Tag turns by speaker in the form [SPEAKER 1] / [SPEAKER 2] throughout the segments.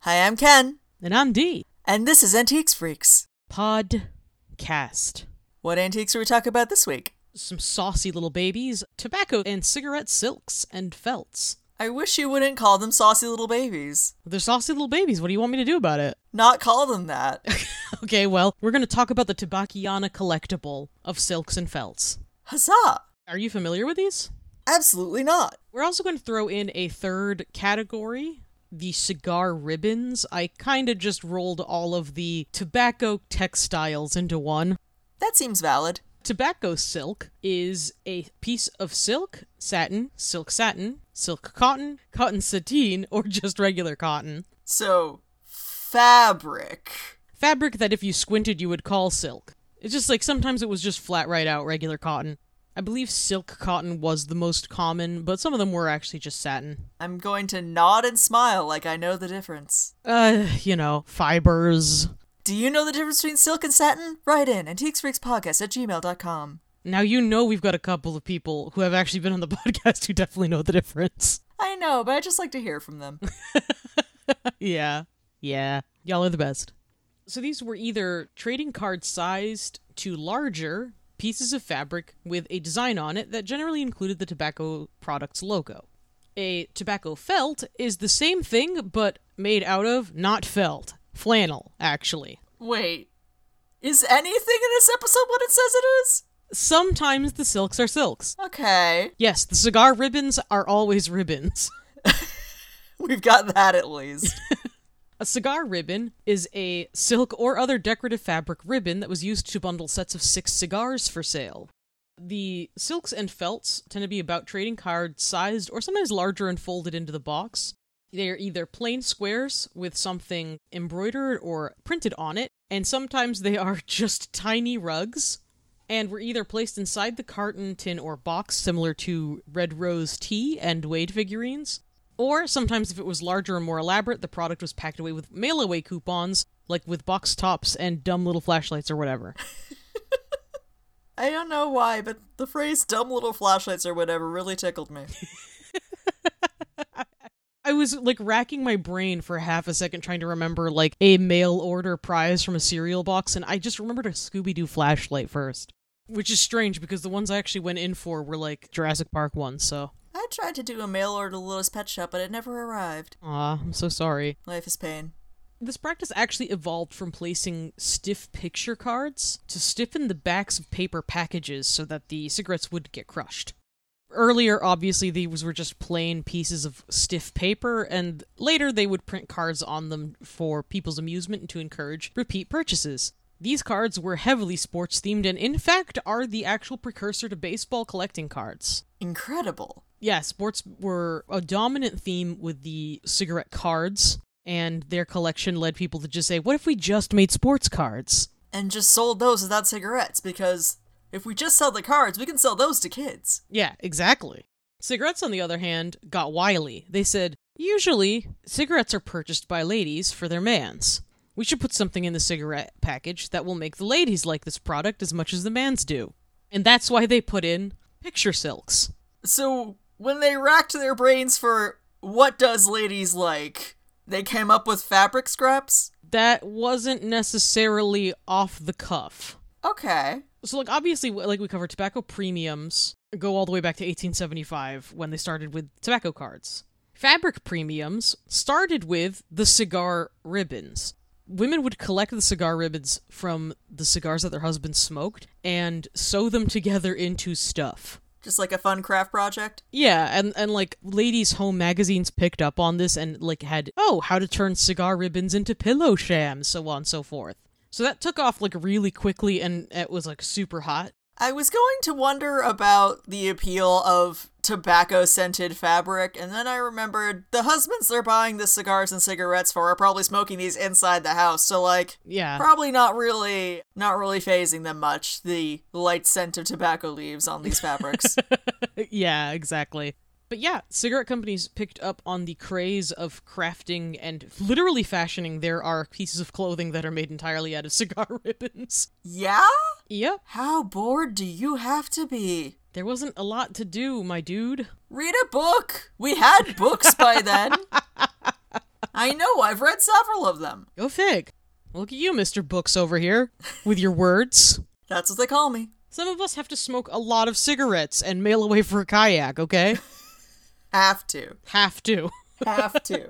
[SPEAKER 1] Hi, I'm Ken,
[SPEAKER 2] And I'm D.
[SPEAKER 1] and this is Antiques Freaks.
[SPEAKER 2] Podcast.
[SPEAKER 1] What antiques are we talking about this week?
[SPEAKER 2] Some saucy little babies, tobacco and cigarette silks and felts.
[SPEAKER 1] I wish you wouldn't call them saucy little babies.
[SPEAKER 2] They're saucy little babies. What do you want me to do about it?
[SPEAKER 1] Not call them that.
[SPEAKER 2] Okay, well, we're going to talk about the Tabakiana collectible of silks and felts.
[SPEAKER 1] Huzzah!
[SPEAKER 2] Are you familiar with these?
[SPEAKER 1] Absolutely not.
[SPEAKER 2] We're also going to throw in a third category the cigar ribbons. I kind of just rolled all of the tobacco textiles into one.
[SPEAKER 1] That seems valid.
[SPEAKER 2] Tobacco silk is a piece of silk, satin, silk satin, silk cotton, cotton sateen, or just regular cotton.
[SPEAKER 1] So, fabric.
[SPEAKER 2] Fabric that if you squinted you would call silk. It's just like sometimes it was just flat right out regular cotton. I believe silk cotton was the most common, but some of them were actually just satin.
[SPEAKER 1] I'm going to nod and smile like I know the difference.
[SPEAKER 2] Uh, you know, fibers.
[SPEAKER 1] Do you know the difference between silk and satin? Write in antiquesfreakspodcast at gmail.com.
[SPEAKER 2] Now you know we've got a couple of people who have actually been on the podcast who definitely know the difference.
[SPEAKER 1] I know, but I just like to hear from them.
[SPEAKER 2] yeah. Yeah. Y'all are the best. So these were either trading card sized to larger pieces of fabric with a design on it that generally included the tobacco product's logo. A tobacco felt is the same thing but made out of not felt, flannel actually.
[SPEAKER 1] Wait, is anything in this episode what it says it is?
[SPEAKER 2] Sometimes the silks are silks.
[SPEAKER 1] Okay,
[SPEAKER 2] Yes, the cigar ribbons are always ribbons.
[SPEAKER 1] we've got that at least.
[SPEAKER 2] A cigar ribbon is a silk or other decorative fabric ribbon that was used to bundle sets of six cigars for sale. The silks and felts tend to be about trading card sized or sometimes larger and folded into the box. They are either plain squares with something embroidered or printed on it, and sometimes they are just tiny rugs and were either placed inside the carton, tin, or box, similar to Red Rose tea and Wade figurines. Or sometimes, if it was larger and more elaborate, the product was packed away with mail away coupons, like with box tops and dumb little flashlights or whatever.
[SPEAKER 1] I don't know why, but the phrase dumb little flashlights or whatever really tickled me.
[SPEAKER 2] I was like racking my brain for half a second trying to remember like a mail order prize from a cereal box, and I just remembered a Scooby Doo flashlight first. Which is strange because the ones I actually went in for were like Jurassic Park ones, so.
[SPEAKER 1] I tried to do a mail order to Lilith's Pet Shop, but it never arrived.
[SPEAKER 2] Aw, I'm so sorry.
[SPEAKER 1] Life is pain.
[SPEAKER 2] This practice actually evolved from placing stiff picture cards to stiffen the backs of paper packages so that the cigarettes would get crushed. Earlier, obviously, these were just plain pieces of stiff paper, and later they would print cards on them for people's amusement and to encourage repeat purchases. These cards were heavily sports themed and, in fact, are the actual precursor to baseball collecting cards.
[SPEAKER 1] Incredible.
[SPEAKER 2] Yeah, sports were a dominant theme with the cigarette cards, and their collection led people to just say, what if we just made sports cards?
[SPEAKER 1] And just sold those without cigarettes, because if we just sell the cards, we can sell those to kids.
[SPEAKER 2] Yeah, exactly. Cigarettes, on the other hand, got wily. They said, usually, cigarettes are purchased by ladies for their mans. We should put something in the cigarette package that will make the ladies like this product as much as the mans do. And that's why they put in picture silks.
[SPEAKER 1] So when they racked their brains for what does ladies like, they came up with fabric scraps?
[SPEAKER 2] That wasn't necessarily off the cuff.
[SPEAKER 1] Okay.
[SPEAKER 2] So, like, obviously, w- like we covered, tobacco premiums go all the way back to 1875 when they started with tobacco cards. Fabric premiums started with the cigar ribbons. Women would collect the cigar ribbons from the cigars that their husbands smoked and sew them together into stuff.
[SPEAKER 1] Just like a fun craft project?
[SPEAKER 2] Yeah, and, and like ladies' home magazines picked up on this and like had, oh, how to turn cigar ribbons into pillow shams, so on and so forth. So that took off like really quickly and it was like super hot.
[SPEAKER 1] I was going to wonder about the appeal of tobacco scented fabric, and then I remembered the husbands they're buying the cigars and cigarettes for are probably smoking these inside the house, so like
[SPEAKER 2] Yeah.
[SPEAKER 1] probably not really not really phasing them much, the light scent of tobacco leaves on these fabrics.
[SPEAKER 2] yeah, exactly. But yeah, cigarette companies picked up on the craze of crafting and literally fashioning. There are pieces of clothing that are made entirely out of cigar ribbons.
[SPEAKER 1] yeah?
[SPEAKER 2] Yep.
[SPEAKER 1] How bored do you have to be?
[SPEAKER 2] There wasn't a lot to do, my dude.
[SPEAKER 1] Read a book. We had books by then. I know, I've read several of them.
[SPEAKER 2] Go fig. Look at you, Mr. Books over here, with your words.
[SPEAKER 1] That's what they call me.
[SPEAKER 2] Some of us have to smoke a lot of cigarettes and mail away for a kayak, okay?
[SPEAKER 1] Have to.
[SPEAKER 2] Have to.
[SPEAKER 1] Have to.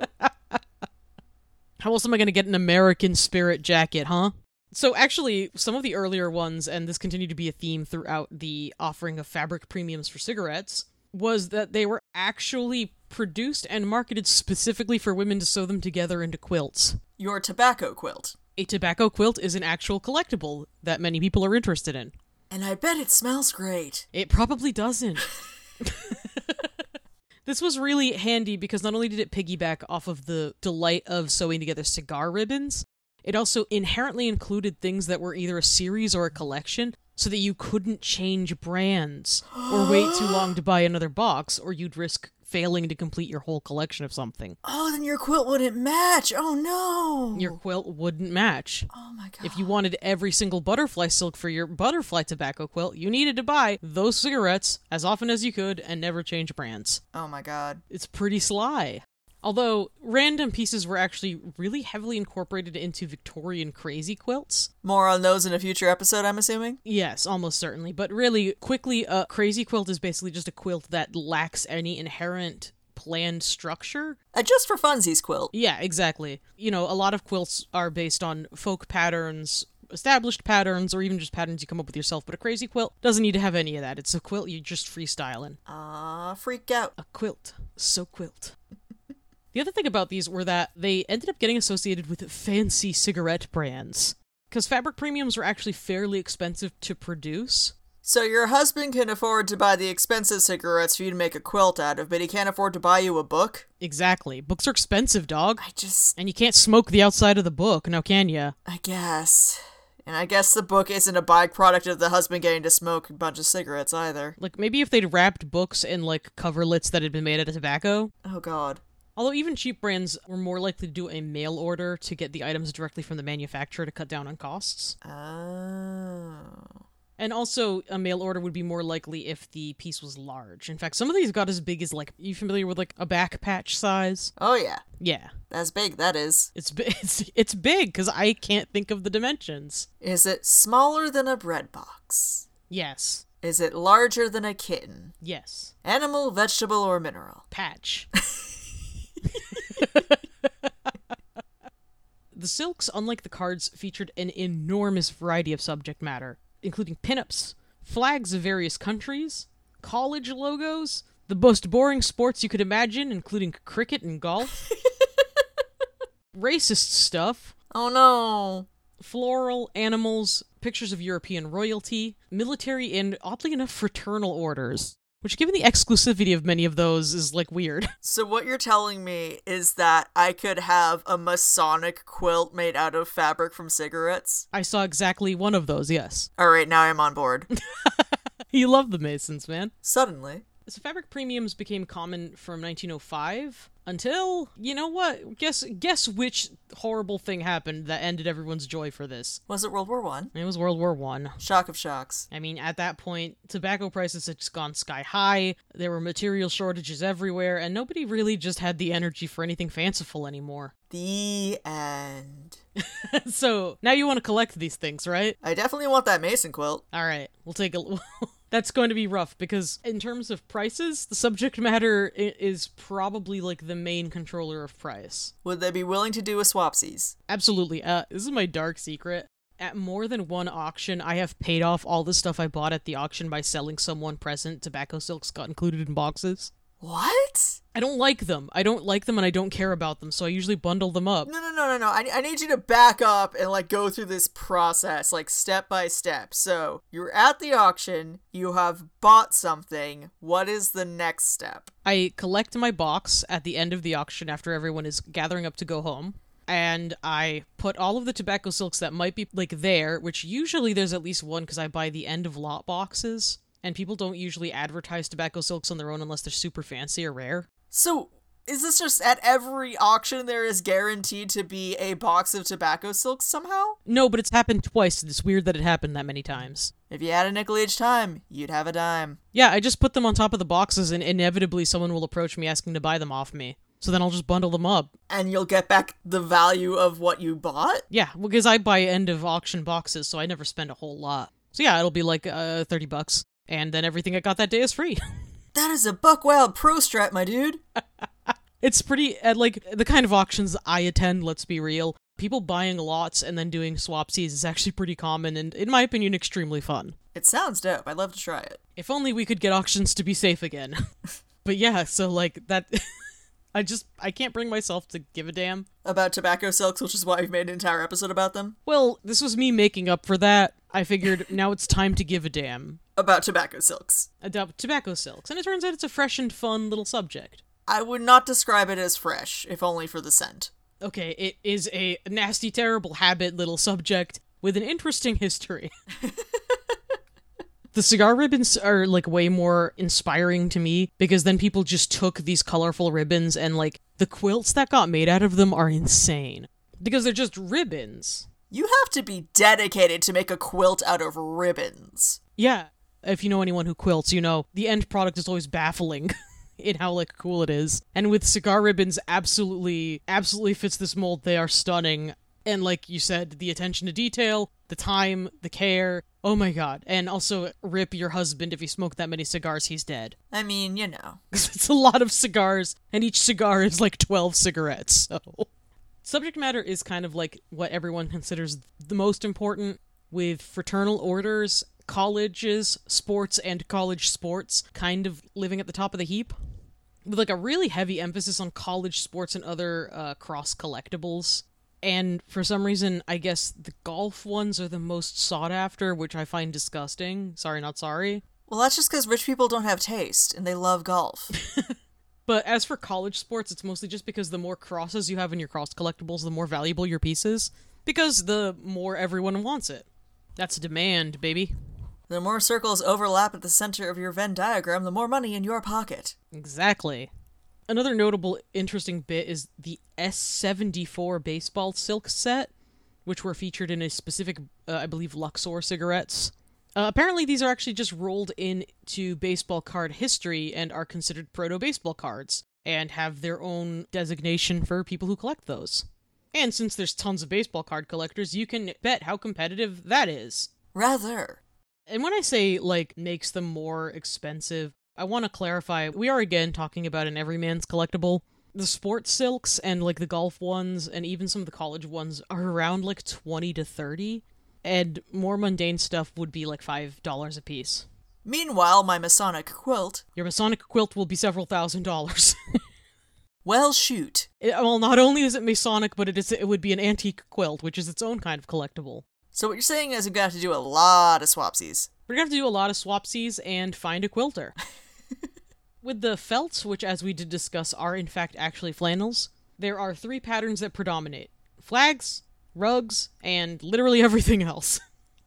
[SPEAKER 2] How else am I going to get an American spirit jacket, huh? So, actually, some of the earlier ones, and this continued to be a theme throughout the offering of fabric premiums for cigarettes, was that they were actually produced and marketed specifically for women to sew them together into quilts.
[SPEAKER 1] Your tobacco quilt.
[SPEAKER 2] A tobacco quilt is an actual collectible that many people are interested in.
[SPEAKER 1] And I bet it smells great.
[SPEAKER 2] It probably doesn't. this was really handy because not only did it piggyback off of the delight of sewing together cigar ribbons, it also inherently included things that were either a series or a collection so that you couldn't change brands or wait too long to buy another box or you'd risk failing to complete your whole collection of something.
[SPEAKER 1] Oh, then your quilt wouldn't match. Oh no.
[SPEAKER 2] Your quilt wouldn't match.
[SPEAKER 1] oh my god.
[SPEAKER 2] If you wanted every single butterfly silk for your butterfly tobacco quilt, you needed to buy those cigarettes as often as you could and never change brands.
[SPEAKER 1] oh my god.
[SPEAKER 2] It's pretty sly. Although, random pieces were actually really heavily incorporated into Victorian crazy quilts.
[SPEAKER 1] More on those in a future episode, I'm assuming.
[SPEAKER 2] Yes, almost certainly. But really, quickly, a crazy quilt is basically just a quilt that lacks any inherent planned structure.
[SPEAKER 1] A Uh, just for funsies quilt.
[SPEAKER 2] Yeah, exactly. You know, a lot of quilts are based on folk patterns, established patterns, or even just patterns you come up with yourself, but a crazy quilt doesn't need to have any of that. It's a quilt you're just freestyling.
[SPEAKER 1] Ah, freak out.
[SPEAKER 2] A quilt. So quilt. the other thing about these were that they ended up getting associated with fancy cigarette brands. Because fabric premiums were actually fairly expensive to produce.
[SPEAKER 1] So your husband can afford to buy the expensive cigarettes for you to make a quilt out of, but he can't afford to buy you a book?
[SPEAKER 2] Exactly. Books are expensive, dog.
[SPEAKER 1] I just
[SPEAKER 2] And you can't smoke the outside of the book, now can ya?
[SPEAKER 1] I guess. And I guess the book isn't a byproduct of the husband getting to smoke a bunch of cigarettes either.
[SPEAKER 2] Like, maybe if they'd wrapped books in, like, coverlets that had been made out of tobacco,
[SPEAKER 1] Oh god.
[SPEAKER 2] Although even cheap brands were more likely to do a mail order to get the items directly from the manufacturer to cut down on costs.
[SPEAKER 1] Oh.
[SPEAKER 2] And also, a mail order would be more likely if the piece was large. In fact, some of these got as big as like, you familiar with like a back patch size?
[SPEAKER 1] Oh yeah.
[SPEAKER 2] Yeah.
[SPEAKER 1] That's big, that is.
[SPEAKER 2] It's bi- it's, it's big cuz I can't think of the dimensions.
[SPEAKER 1] Is it smaller than a bread box?
[SPEAKER 2] Yes.
[SPEAKER 1] Is it larger than a kitten?
[SPEAKER 2] Yes.
[SPEAKER 1] Animal, vegetable, or mineral?
[SPEAKER 2] patch. the silks, unlike the cards, featured an enormous variety of subject matter, including pinups, flags of various countries, college logos, the most boring sports you could imagine, including cricket and golf, racist stuff,
[SPEAKER 1] Oh no.
[SPEAKER 2] floral, animals, pictures of European royalty, military, and oddly enough, fraternal orders. Which, given the exclusivity of many of those, is like weird.
[SPEAKER 1] So what you're telling me is that I could have a Masonic quilt made out of fabric from cigarettes?
[SPEAKER 2] I saw exactly one of those, yes.
[SPEAKER 1] All right, now I'm on board.
[SPEAKER 2] You love the Masons, man.
[SPEAKER 1] Suddenly.
[SPEAKER 2] So fabric premiums became common from 1905 until, you know what? Guess guess which horrible thing happened that ended everyone's joy for this.
[SPEAKER 1] Was it World War One?
[SPEAKER 2] It was World War 1.
[SPEAKER 1] Shock of shocks.
[SPEAKER 2] I mean, at that point, tobacco prices had just gone sky high. There were material shortages everywhere, and nobody really just had the energy for anything fanciful anymore.
[SPEAKER 1] The end.
[SPEAKER 2] so, now you want to collect these things, right?
[SPEAKER 1] I definitely want that Mason quilt.
[SPEAKER 2] All right, we'll take a. That's going to be rough because, in terms of prices, the subject matter i- is probably like the main controller of price.
[SPEAKER 1] Would they be willing to do a swapsies?
[SPEAKER 2] Absolutely. Uh, this is my dark secret. At more than one auction, I have paid off all the stuff I bought at the auction by selling someone present tobacco silks got included in boxes.
[SPEAKER 1] What?
[SPEAKER 2] I don't like them. I don't like them and I don't care about them, so I usually bundle them up.
[SPEAKER 1] No, no, no, no, no. I, I need you to back up and like go through this process, like step by step. So you're at the auction, you have bought something. What is the next step?
[SPEAKER 2] I collect my box at the end of the auction after everyone is gathering up to go home. And I put all of the tobacco silks that might be like there, which usually there's at least one because I buy the end of lot boxes. And people don't usually advertise tobacco silks on their own unless they're super fancy or rare.
[SPEAKER 1] So is this just at every auction there is guaranteed to be a box of tobacco silks somehow?
[SPEAKER 2] No, but it's happened twice, and it's weird that it happened that many times.
[SPEAKER 1] If you had a nickel each time, you'd have a dime.
[SPEAKER 2] Yeah, I just put them on top of the boxes, and inevitably someone will approach me asking to buy them off me. So then I'll just bundle them up.
[SPEAKER 1] and you'll get back the value of what you bought.
[SPEAKER 2] Yeah, because I buy end of auction boxes, so I never spend a whole lot. So yeah, it'll be like uh, 30 bucks, and then everything I got that day is free.
[SPEAKER 1] That is a buck wild pro strat, my dude.
[SPEAKER 2] it's pretty, at like the kind of auctions I attend, let's be real, people buying lots and then doing swapsies is actually pretty common and, in my opinion, extremely fun.
[SPEAKER 1] It sounds dope. I'd love to try it.
[SPEAKER 2] If only we could get auctions to be safe again. but yeah, so like that. I just, I can't bring myself to give a damn.
[SPEAKER 1] About tobacco silks, which is why we've made an entire episode about them.
[SPEAKER 2] Well, this was me making up for that. I figured now it's time to give a damn
[SPEAKER 1] About tobacco silks.
[SPEAKER 2] about tobacco silks, and it turns out it's a fresh and fun little subject.
[SPEAKER 1] I would not describe it as fresh, if only for the scent.
[SPEAKER 2] Okay, it is a nasty, terrible habit little subject with an interesting history. the cigar ribbons are like way more inspiring to me because then people just took these colorful ribbons and like the quilts that got made out of them are insane because they're just ribbons.
[SPEAKER 1] You have to be dedicated to make a quilt out of ribbons.
[SPEAKER 2] Yeah, if you know anyone who quilts, you know the end product is always baffling in how like cool it is. And with cigar ribbons, absolutely, absolutely fits this mold. They are stunning, and like you said, the attention to detail, the time, the care. Oh my god! And also, rip your husband if he smoked that many cigars, he's dead.
[SPEAKER 1] I mean, you know.
[SPEAKER 2] 'Cause it's a lot of cigars, and each cigar is like twelve cigarettes. So, subject matter is kind of like what everyone considers the most important, with fraternal orders, colleges, sports, and college sports kind of living at the top of the heap, with like a really heavy emphasis on college sports and other uh, cross collectibles. And for some reason, I guess the golf ones are the most sought after, which I find disgusting. Sorry, not sorry.
[SPEAKER 1] Well, that's just because rich people don't have taste and they love golf.
[SPEAKER 2] But as for college sports, it's mostly just because the more crosses you have in your cross collectibles, the more valuable your piece is, because the more everyone wants it. That's demand, baby.
[SPEAKER 1] the more circles overlap at the center of your Venn diagram, the more money in your pocket.
[SPEAKER 2] Exactly. Another notable interesting bit is the S74 baseball silk set, which were featured in a specific, uh, I believe, Luxor cigarettes. Uh, apparently, these are actually just rolled into baseball card history and are considered proto baseball cards and have their own designation for people who collect those. And since there's tons of baseball card collectors, you can bet how competitive that is.
[SPEAKER 1] Rather.
[SPEAKER 2] And when I say like makes them more expensive, I want to clarify we are again talking about an everyman's collectible. The sports silks and like the golf ones and even some of the college ones are around like 20 to 30 and more mundane stuff would be like $5 a piece.
[SPEAKER 1] Meanwhile, my Masonic quilt.
[SPEAKER 2] Your Masonic quilt will be several thousand dollars.
[SPEAKER 1] Well, shoot.
[SPEAKER 2] It- well, not only is it Masonic, but it is it would be an antique quilt, which is its own kind of collectible.
[SPEAKER 1] So, what you're saying is we're going to have to do a lot of swapsies.
[SPEAKER 2] We're gonna have to do a lot of swapsies and find a quilter. With the felts, which as we did discuss are in fact actually flannels, there are three patterns that predominate flags, rugs, and literally everything else.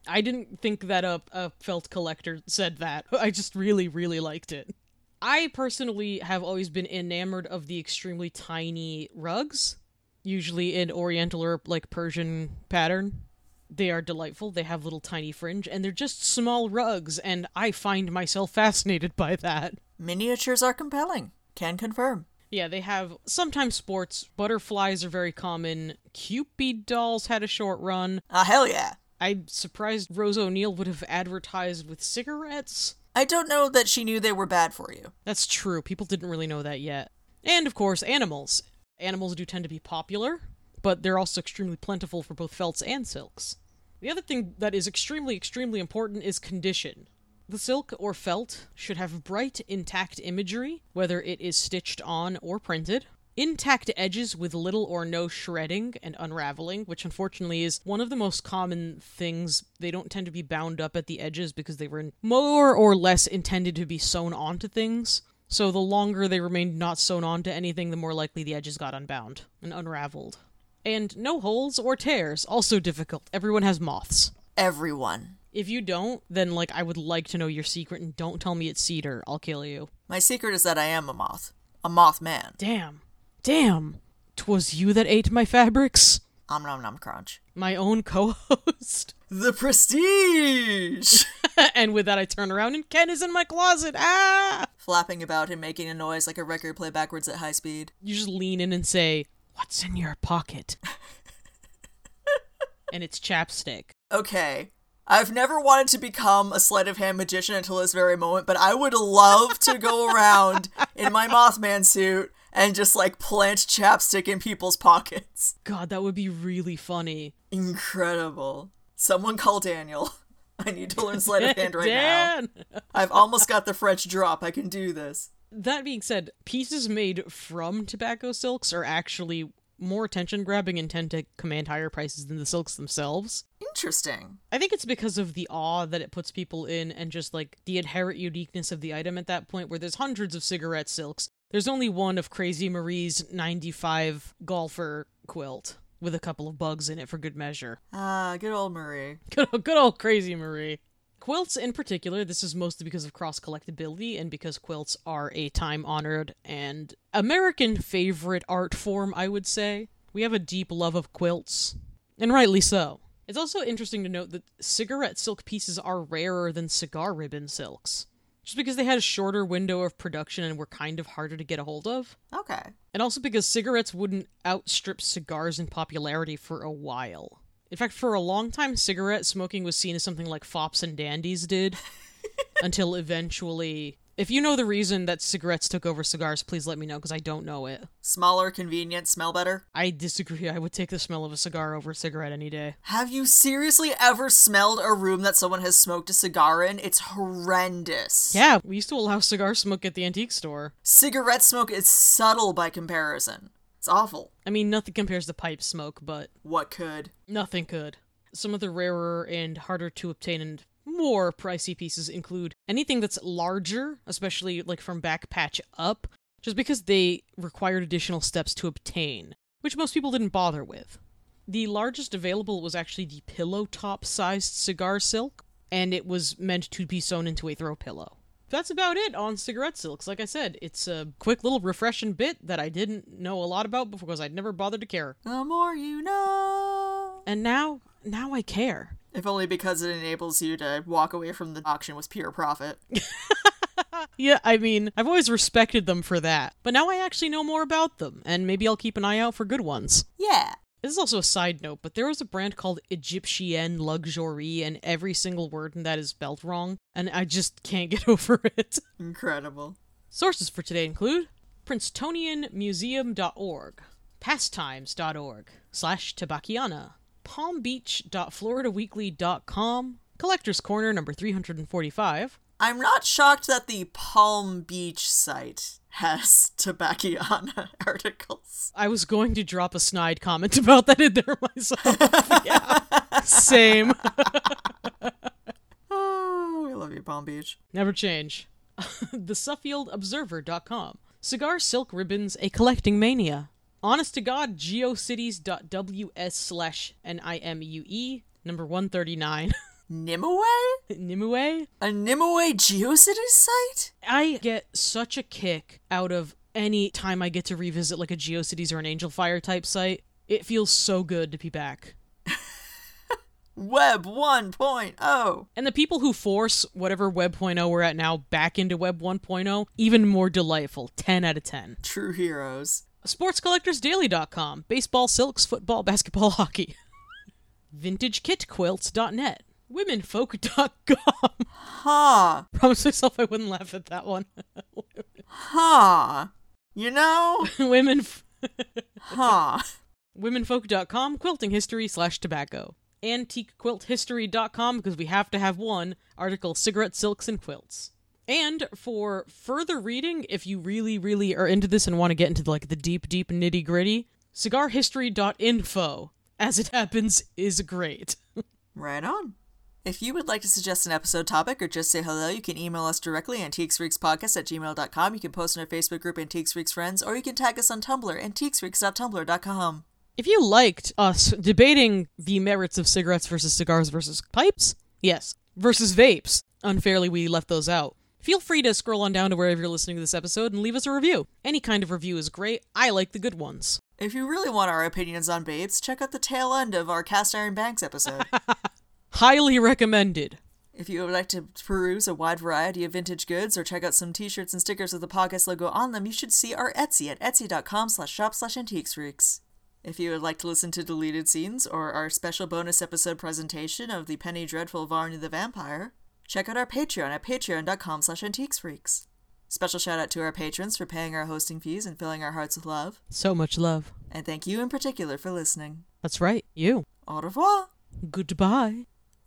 [SPEAKER 2] I didn't think that a, a felt collector said that. I just really, really liked it. I personally have always been enamored of the extremely tiny rugs, usually in Oriental or like Persian pattern they are delightful. They have little tiny fringe, and they're just small rugs, and I find myself fascinated by that.
[SPEAKER 1] Miniatures are compelling. Can confirm.
[SPEAKER 2] Yeah, they have sometimes sports. Butterflies are very common. Cupid dolls had a short run.
[SPEAKER 1] Ah, hell yeah.
[SPEAKER 2] I'm surprised Rose O'Neill would have advertised with cigarettes.
[SPEAKER 1] I don't know that she knew they were bad for you.
[SPEAKER 2] That's true. People didn't really know that yet. And of course, animals. Animals do tend to be popular, but they're also extremely plentiful for both felts and silks. The other thing that is extremely, extremely important is condition. The silk or felt should have bright, intact imagery, whether it is stitched on or printed. Intact edges with little or no shredding and unraveling, which unfortunately is one of the most common things. They don't tend to be bound up at the edges because they were more or less intended to be sewn onto things. So the longer they remained not sewn onto anything, the more likely the edges got unbound and unraveled. And no holes or tears, also difficult. Everyone has moths.
[SPEAKER 1] Everyone.
[SPEAKER 2] If you don't, then like I would like to know your secret and don't tell me it's cedar. I'll kill you.
[SPEAKER 1] My secret is that I am a moth. A moth man.
[SPEAKER 2] Damn. Damn. 'Twas you that ate my fabrics.
[SPEAKER 1] Om nom nom crunch.
[SPEAKER 2] my own co-host.
[SPEAKER 1] The prestige!
[SPEAKER 2] and with that, I turn around and Ken is in my closet. Ah!
[SPEAKER 1] Flapping about and making a noise like a record play backwards at high speed.
[SPEAKER 2] You just lean in and say, "What's in your pocket?" and it's chapstick.
[SPEAKER 1] Okay. I've never wanted to become a sleight of hand magician until this very moment, but I would love to go around in my Mothman suit and just like plant chapstick in people's pockets.
[SPEAKER 2] God, that would be really funny.
[SPEAKER 1] Incredible. Someone call Daniel. I need to learn sleight of hand right now.
[SPEAKER 2] Dan.
[SPEAKER 1] I've almost got the French drop. I can do this.
[SPEAKER 2] That being said, pieces made from tobacco silks are actually more attention grabbing and tend to command higher prices than the silks themselves.
[SPEAKER 1] Interesting.
[SPEAKER 2] I think it's because of the awe that it puts people in and just like the inherent uniqueness of the item at that point, where there's hundreds of cigarette silks. There's only one of Crazy Marie's 95 golfer quilt with a couple of bugs in it for good measure.
[SPEAKER 1] Ah, good old Marie.
[SPEAKER 2] Good old, good old Crazy Marie. Quilts in particular, this is mostly because of cross collectability and because quilts are a time honored and American favorite art form, I would say. We have a deep love of quilts, and rightly so. It's also interesting to note that cigarette silk pieces are rarer than cigar ribbon silks, just because they had a shorter window of production and were kind of harder to get a hold of,
[SPEAKER 1] Okay.
[SPEAKER 2] and also because cigarettes wouldn't outstrip cigars in popularity for a while. In fact, for a long time, cigarette smoking was seen as something like fops and dandies did. until eventually. If you know the reason that cigarettes took over cigars, please let me know because I don't know it.
[SPEAKER 1] Smaller, convenient, smell better.
[SPEAKER 2] I disagree. I would take the smell of a cigar over a cigarette any day.
[SPEAKER 1] Have you seriously ever smelled a room that someone has smoked a cigar in? It's horrendous.
[SPEAKER 2] Yeah, we used to allow cigar smoke at the antique store.
[SPEAKER 1] Cigarette smoke is subtle by comparison. It's awful.
[SPEAKER 2] I mean, nothing compares to pipe smoke, but
[SPEAKER 1] What could?
[SPEAKER 2] Nothing could. Some of the rarer and harder to obtain and more pricey pieces include anything that's larger, especially like from back patch up, just because they required additional steps to obtain, which most people didn't bother with. The largest available was actually the pillow top sized cigar silk, and it was meant to be sewn into a throw pillow. That's about it on cigarette silks. Like I said, it's a quick little refreshing bit that I didn't know a lot about before because I'd never bothered to care.
[SPEAKER 1] The more you know.
[SPEAKER 2] And now, now I care.
[SPEAKER 1] If only because it enables you to walk away from the auction with pure profit.
[SPEAKER 2] Yeah, I mean, I've always respected them for that. But now I actually know more about them, and maybe I'll keep an eye out for good ones.
[SPEAKER 1] yeah.
[SPEAKER 2] This is also a side note, but there was a brand called Egyptienne Luxury, and every single word in that is spelled wrong, and I just can't get over it.
[SPEAKER 1] Incredible.
[SPEAKER 2] Sources for today include princetonianmuseum.org, pastimes.org, slash tabakiana, palmbeach.floridaweekly.com, collector's corner number 345,
[SPEAKER 1] I'm not shocked that the Palm Beach site has Tobacchiana articles.
[SPEAKER 2] I was going to drop a snide comment about that in there myself. yeah. Same.
[SPEAKER 1] Oh, we love you, Palm Beach.
[SPEAKER 2] Never change. the SuffieldObserver.com. Cigar Silk Ribbons, a collecting mania. Honest to God, geocities.ws slash N-I-M-U-E, E, number 139.
[SPEAKER 1] Nimue?
[SPEAKER 2] Nimue?
[SPEAKER 1] A Nimue GeoCities site?
[SPEAKER 2] I get such a kick out of any time I get to revisit like a GeoCities or an Angel Fire type site. It feels so good to be back.
[SPEAKER 1] Web oh. 1.0.
[SPEAKER 2] And the people who force whatever Web 0.0 we're at now back into Web 1.0, even more delightful. 10 out of 10.
[SPEAKER 1] True heroes.
[SPEAKER 2] SportsCollectorsDaily.com. Baseball, silks, football, basketball, hockey. VintageKitQuilts.net. WomenFolk.com.
[SPEAKER 1] Ha.
[SPEAKER 2] Promised myself I wouldn't laugh at that one.
[SPEAKER 1] Ha. You know?
[SPEAKER 2] Women...
[SPEAKER 1] Ha.
[SPEAKER 2] womenfolk.com, quilting history slash tobacco, antiquequilthistory.com, because we have to have one article cigarette silks and quilts. And for further reading, if you really, really are into this and want to get into like the deep, deep nitty gritty, cigarhistory.info, as it happens, is great.
[SPEAKER 1] Right on. If you would like to suggest an episode topic or just say hello, you can email us directly, antiquesfreakspodcast at gmail.com. You can post in our Facebook group, Antiques Freaks Friends, or you can tag us on Tumblr, antiquesfreaks.tumblr.com.
[SPEAKER 2] If you liked us debating the merits of cigarettes versus cigars versus pipes, yes, versus vapes, unfairly we left those out. Feel free to scroll on down to wherever you're listening to this episode and leave us a review. Any kind of review is great. I like the good ones.
[SPEAKER 1] If you really want our opinions on babes, check out the tail end of our Cast Iron Banks episode.
[SPEAKER 2] Highly recommended.
[SPEAKER 1] if you would like to peruse a wide variety of vintage goods or check out some t-shirts and stickers with the podcast logo on them, you should see our Etsy at etsy.com slash shop slash antiquesfreaks. If you would like to listen to deleted scenes or our special bonus episode presentation of the Penny Dreadful Varney the Vampire, check out our Patreon at patreon.com slash antiquesfreaks. Special shout out to our patrons for paying our hosting fees and filling our hearts with love.
[SPEAKER 2] So much love.
[SPEAKER 1] And thank you in particular for listening.
[SPEAKER 2] That's right, you.
[SPEAKER 1] Au revoir!
[SPEAKER 2] Goodbye.